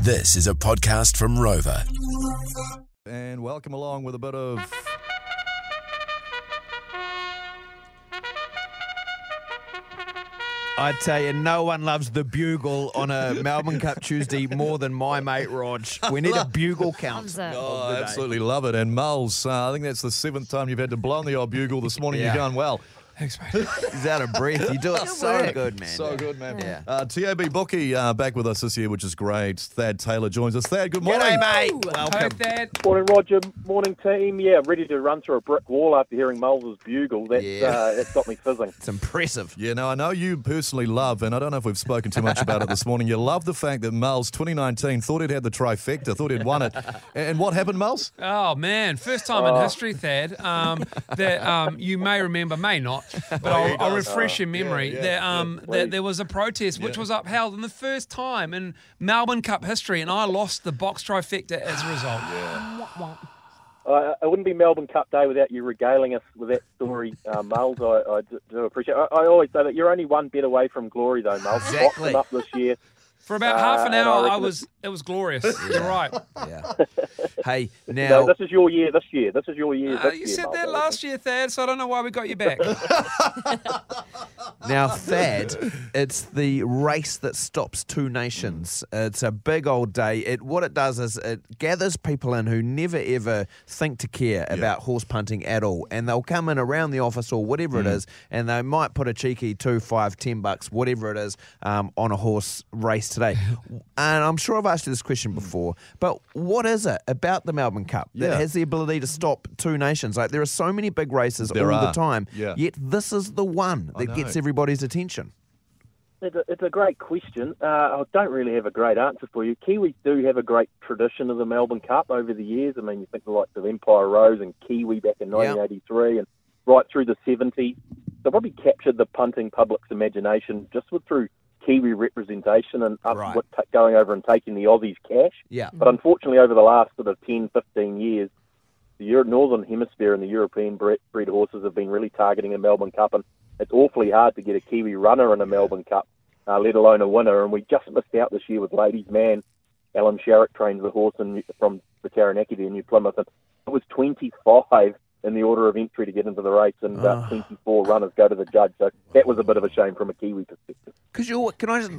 This is a podcast from Rover. And welcome along with a bit of. I tell you, no one loves the bugle on a Melbourne Cup Tuesday more than my mate Rog. We need a bugle count. Loves it. Oh, I absolutely love it. And Moles, uh, I think that's the seventh time you've had to blow on the old bugle this morning. Yeah. You're going well. He's out of breath. You do it so good, man. So good, man. Yeah. Uh, TAB Bookie uh, back with us this year, which is great. Thad Taylor joins us. Thad, good morning. G'day, mate. Welcome. Morning, Roger. Morning, team. Yeah, ready to run through a brick wall after hearing Mulder's bugle. That's, Yeah. uh, that's got me fizzing. It's impressive. Yeah, now I know you personally love, and I don't know if we've spoken too much about it this morning. You love the fact that Moles 2019 thought he'd had the trifecta, thought he'd won it. And- And what happened, Moles? Oh man, first time in history, Thad, um, that um, you may remember, may not, but I'll, I'll refresh your memory. yeah, that um, that there was a protest which was upheld in the first time in Melbourne Cup history, and I lost the box trifecta as a result. Uh, it wouldn't be Melbourne Cup Day without you regaling us with that story, uh, Mulls. I, I d- do appreciate I, I always say that you're only one bit away from glory, though, Mulls. Box Exactly. them up this year. For about Uh, half an and I hour, I reckon was Ah, it was glorious. You're right. Yeah. Hey, No, now. this is your year this year. This is your year Uh, this you year, said Miles, I that reckon. last year, Thad, so I don't know why we got you back. Now, Thad, it's the race that stops two nations. It's a big old day. It what it does is it gathers people in who never ever think to care about horse punting at all, and they'll come in around the office or whatever Mm. it is, and they might put a cheeky two, five, ten bucks, whatever it is, um, on a horse race today. and I'm sure I've asked you this question before, but what is it about the Melbourne Cup that Mm. Yeah. has the ability to stop two nations? Like there are so many big races There all are. the time, Yeah. yet this is the one that know. gets everybody's attention. It's a, it's a great question. Uh, I don't really have a great answer for you. Kiwis do have a great tradition of the Melbourne Cup over the years. I mean, you think of the likes of Empire Rose and Kiwi back in 1983 and right through the 70s. They probably captured the punting public's imagination just with through Kiwi representation and up Right. with t- going over and taking the Aussies cash. Yeah. But unfortunately, over the last sort of 10, 15 years, the Euro- Northern Hemisphere and the European bre- bred horses have been really targeting the Melbourne Cup, and it's awfully hard to get a Kiwi runner in a Melbourne Cup, uh, let alone a winner. And we just missed out this year with Ladies Man. Alan Sharrock trains the horse in, from the Taranaki to New Plymouth, and it was 25 in the order of entry to get into the race, and uh, 24 runners go to the judge. So that was a bit of a shame from a Kiwi perspective. Because you, al- can I just,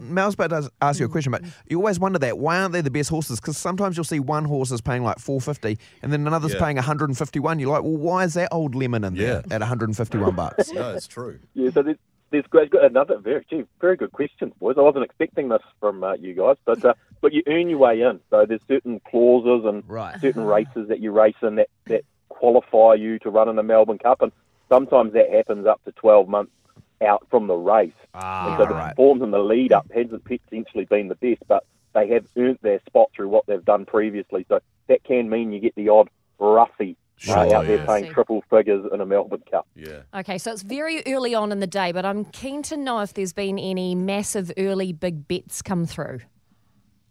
Mal's about to ask- ask you a question, but you always wonder that why aren't they the best horses? Because sometimes you'll see one horse is paying like four fifty, and then another's Yeah. paying one hundred and fifty one. You're like, well, why is that old lemon in there Yeah. at one hundred and fifty one bucks? No, it's true. Yeah, so there's, there's great, got another very, gee, very good question, boys. I wasn't expecting this from uh, you guys, but uh, but you earn your way in. So there's certain clauses and Right. certain races that you race in that, that qualify you to run in the Melbourne Cup, and sometimes that happens up to 12 months out from the race. Ah, and so the right. form and the lead up hasn't potentially been the best, but they have earned their spot through what they've done previously. So that can mean you get the odd roughie Sure, uh, out yeah. there paying triple figures in a Melbourne Cup. Yeah. Okay, so it's very early on in the day, but I'm keen to know if there's been any massive early big bets come through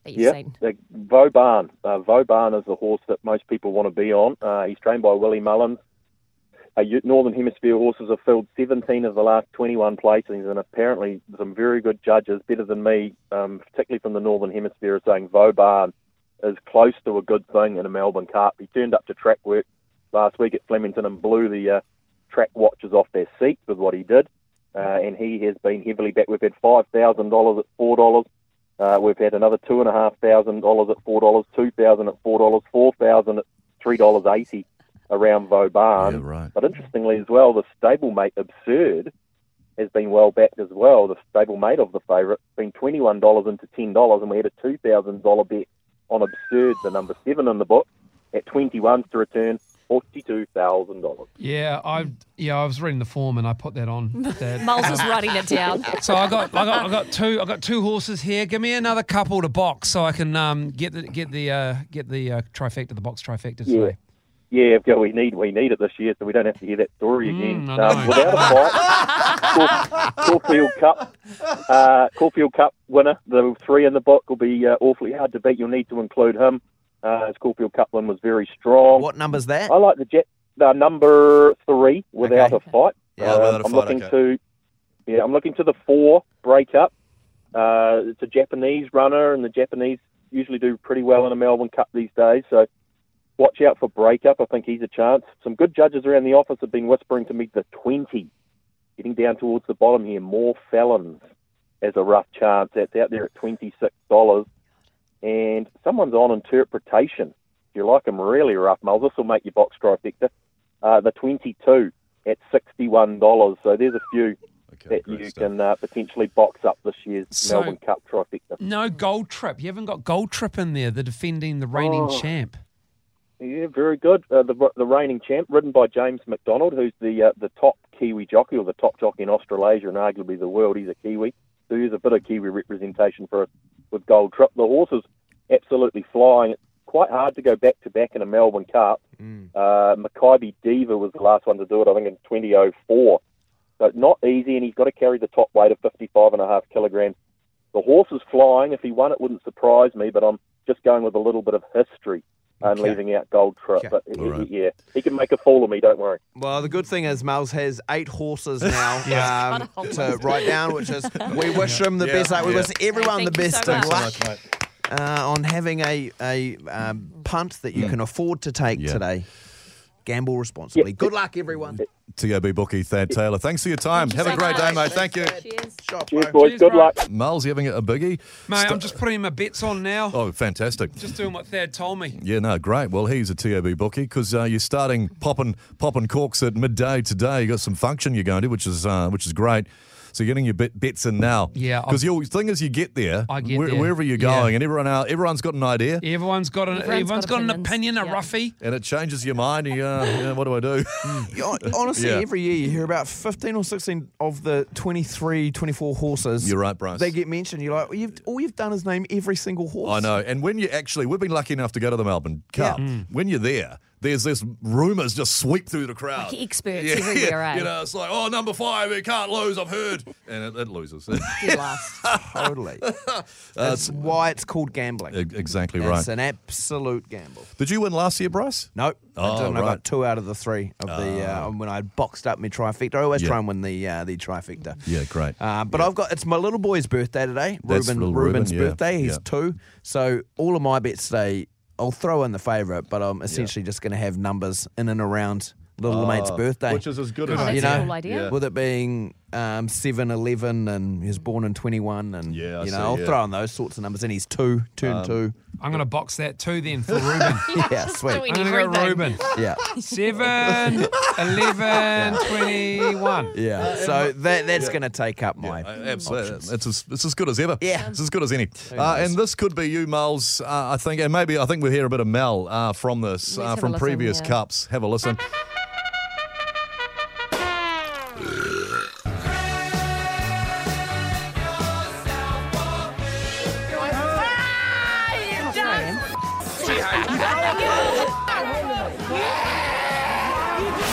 that you've seen. the Vauban. Uh, Vauban is the horse that most people want to be on. Uh, he's trained by Willie Mullins. Uh, you- Northern Hemisphere horses have filled 17 of the last 21 placings, and apparently some very good judges, better than me, um, particularly from the Northern Hemisphere, are saying Vauban is close to a good thing in a Melbourne Cup. He turned up to track work last week at Flemington and blew the uh, track watchers off their seat with what he did. Uh, and he has been heavily backed. We've had five thousand dollars at four dollars. Uh, we've had another two and a half thousand dollars at four dollars, two thousand at four dollars, four thousand at three dollars eighty around Vauban. Yeah, right. But interestingly as well, the stablemate Absurd has been well backed as well. The stablemate of the favourite been twenty one dollars into ten dollars, and we had a two thousand dollar bet on Absurd, the number seven in the book, at twenty one to return forty two thousand dollars. Yeah, I yeah I was reading the form and I put that on. Thad. Moles is writing it down. So I got I got I got two I got two horses here. Give me another couple to box so I can um, get the get the uh, get the uh, trifecta, the box trifecta today. Yeah. Yeah, yeah, we need we need it this year, so we don't have to hear that story again. Mm, I know. Um, without a fight, Caul- Caulfield Cup, uh, Caulfield Cup winner, the three in the book will be uh, awfully hard to beat. You'll need to include him. Uh, his Caulfield Cup win was very strong. What number's that? I like the jet the number three without Okay. a fight. Um, Yeah, without a fight, I'm looking okay. to yeah, I'm looking to the four break up. Uh, it's a Japanese runner, and the Japanese usually do pretty well in a Melbourne Cup these days. So watch out for breakup. I think he's a chance. Some good judges around the office have been whispering to me the 20. Getting down towards the bottom here, more felons as a rough chance. That's out there at $26. And someone's on interpretation. If you like them really rough, Mull, this will make your box trifecta. Uh, the 22 at $61. So there's a few Okay, that great you stuff. can uh, potentially box up this year's So- Melbourne Cup trifecta. No gold trip. You haven't got gold trip in there. The defending, the reigning champ. Yeah, very good. Uh, the the reigning champ, ridden by James McDonald, who's the uh, the top Kiwi jockey or the top jockey in Australasia and arguably the world. He's a Kiwi, so he's a bit of Kiwi representation for us with Gold Trip. The horse is absolutely flying. It's quite hard to go back to back in a Melbourne Cup. Uh, Maccabi Diva was the last one to do it, I think, in 2004. So not easy, and he's got to carry the top weight of 55 and a half kilograms. The horse is flying. If he won, it wouldn't surprise me, but I'm just going with a little bit of history and Okay. leaving out Gold Trip. Okay. But he- All right. yeah, he can make a fool of me, don't worry. Well, the good thing is Miles has eight horses now um, to write down, which is we wish him the Yeah. best. Like, we Yeah. wish everyone Hey, the thank you best so of much. luck uh, on having a a um, punt that you can afford to take Mm. Yeah. today. Gamble responsibly. Good luck, everyone. TAB bookie Thad Taylor. Thanks for your time. Thank you Have a so great day, much. mate. Thank you. Cheers. Shot, Cheers, bro. boys. Cheers, Good bro. luck. Miles, you having a biggie? Mate, I'm just putting my bets on now. Oh, fantastic. Just doing what Thad told me. Yeah, no, great. Well, he's a TAB bookie because uh, you're starting popping popping corks at midday today. You got some function you're going to, which is uh, which is great. So you're getting your bet, bets in now. Yeah, Because the thing is, you get there, I get where- there. wherever you're Yeah. going, and everyone out, everyone's got an idea, Everyone's got an Everyone's everyone's got, got an opinions. opinion, a Yeah. roughie. and it changes your mind. And you, uh, yeah, what do I do? Hon- Honestly, Yeah. every year you hear about 15 or 16 of the 23, 24 horses. You're right, Bryce. They get mentioned. You're like, well, you've, all you've done is name every single horse. I know. And when you actually, we've been lucky enough to go to the Melbourne Yeah. Cup. When you're there, there's this rumours just sweep through the crowd. Like experts everywhere, eh? You know, it's like, oh, number five, it can't lose, I've heard. And it, it loses. You last. Totally. That's why it's called gambling. E- exactly It's right. an absolute gamble. Did you win last year, Bryce? Nope. Oh, I didn't. I right. Oh. got two out of the three of the uh, when I boxed up my trifecta. I always Yeah. try and win the uh, the trifecta. Yeah, great. Uh, but I've got it's my little boy's birthday today. That's Ruben, little Ruben, Ruben's yeah, birthday. He's yeah. two. So all of my bets today, I'll throw in the favourite, but I'm essentially just going to have numbers in and around little mate's birthday. Ah, Which is as good Oh, as that's you a know, cool idea. Yeah. with it being um, 7, 11, and he was born in 21, and Yeah, I you know, see, I'll yeah. Um, throw in those sorts of numbers. And he's two, turn two. I'm gonna box that too then for Ruben. Yeah, I'm sweet. doing- gonna go Everything. Ruben. Yeah. 7, 11, 21. Yeah. so that that's going to take up my. Uh, Absolutely. It's as, it's as good as ever. Yeah. It's as good as any. Uh, and this could be you, Miles, uh, I think. And maybe I think we'll hear a bit of Mel uh, from this, uh, have from a listen, previous yeah. cups. Have a listen.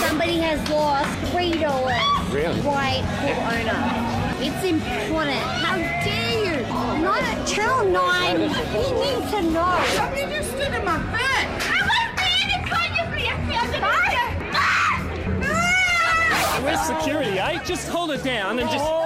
Somebody has lost three dollars. Really? White owner. It's important. How dare you? Not at channel nine. He needs to know. Somebody just stood in my bed. I was being unconsciously. I found it. Where's security, eh? Just hold it down and just. Oh,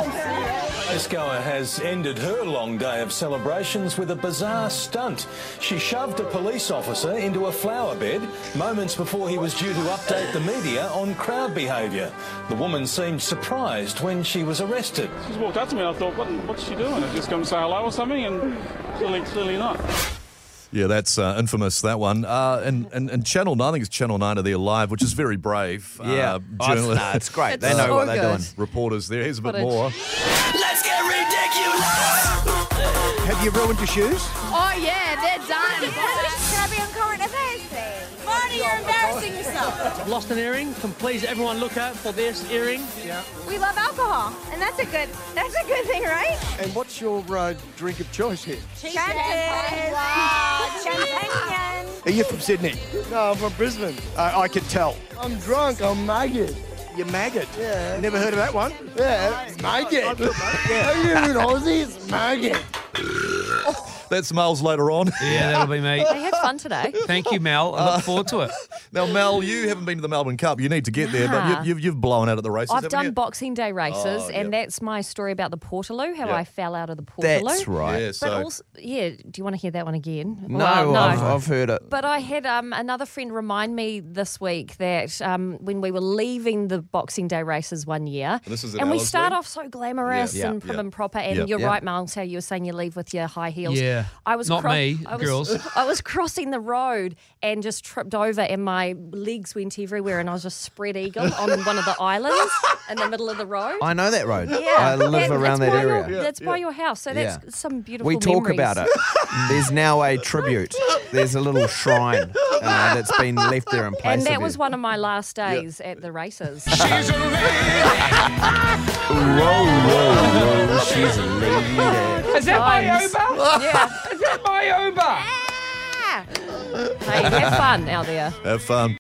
Racegoer has ended her long day of celebrations with a bizarre stunt. She shoved a police officer into a flower bed moments before he was due to update the media on crowd behaviour. The woman seemed surprised when she was arrested. Just walked up to me and I thought, what, what's she doing? I just come say hello or something, and clearly, clearly not. Yeah, that's uh, infamous, that one. Uh, and, and, and Channel 9, I think it's Channel 9 are there live, which is very brave. Yeah. Uh, Oh, it's, journal- nah, it's great. they It's know so what they're good. doing. reporters there. Here's a bit Footage. more. Have you ruined your shoes? Oh yeah, they're done. Can I be on current affairs, please? Marty, you're embarrassing yourself. Lost an earring. Can please everyone look out for this earring? Yeah. We love alcohol, and that's a good. That's a good thing, right? And what's your uh, drink of choice here? Champagne. Wow. Champagne. Are you from Sydney? No, I'm from Brisbane. Uh, I could tell. I'm drunk. I'm maggot. You're maggot? Yeah. Never heard of that one? Yeah, maggot. Are you an Aussie? It's maggot. That's Mel's later on. Yeah, that'll be me. They had fun today. Thank you, Mel. I look forward to it. Now, Mel, you haven't been to the Melbourne Cup. You need to get there, but Nah. you, you've, you've blown out at the races. I've haven't done you? Boxing Day races, Oh, yep. and that's my story about the Portaloo, how Yep. I fell out of the Portaloo. That's right. Yeah, But so also, yeah, do you want to hear that one again? No, Well, I've, I've heard it. But I had um, another friend remind me this week that um, when we were leaving the Boxing Day races one year, This is in and we Ellerslie? start off so glamorous Yeah. and Yeah. prim Yeah. and proper, and Yeah. you're Yeah. right, Miles, how you were saying you leave with your high heels. Yeah. I was Not cro- me, I was, girls. I was crossing the road and just tripped over, and my legs went everywhere, and I was just spread eagle on one of the islands in the middle of the road. I know that road. yeah, I live that- around that's that by your- area. that's by your house, so that's Yeah. some beautiful. We talk memories. about it. There's now a tribute. There's a little shrine uh, that's been left there in place. And that of was you. one of my last days at the races. Is that my Times. Uber? yeah. Is that my Uber? Hey, have fun out there. have fun.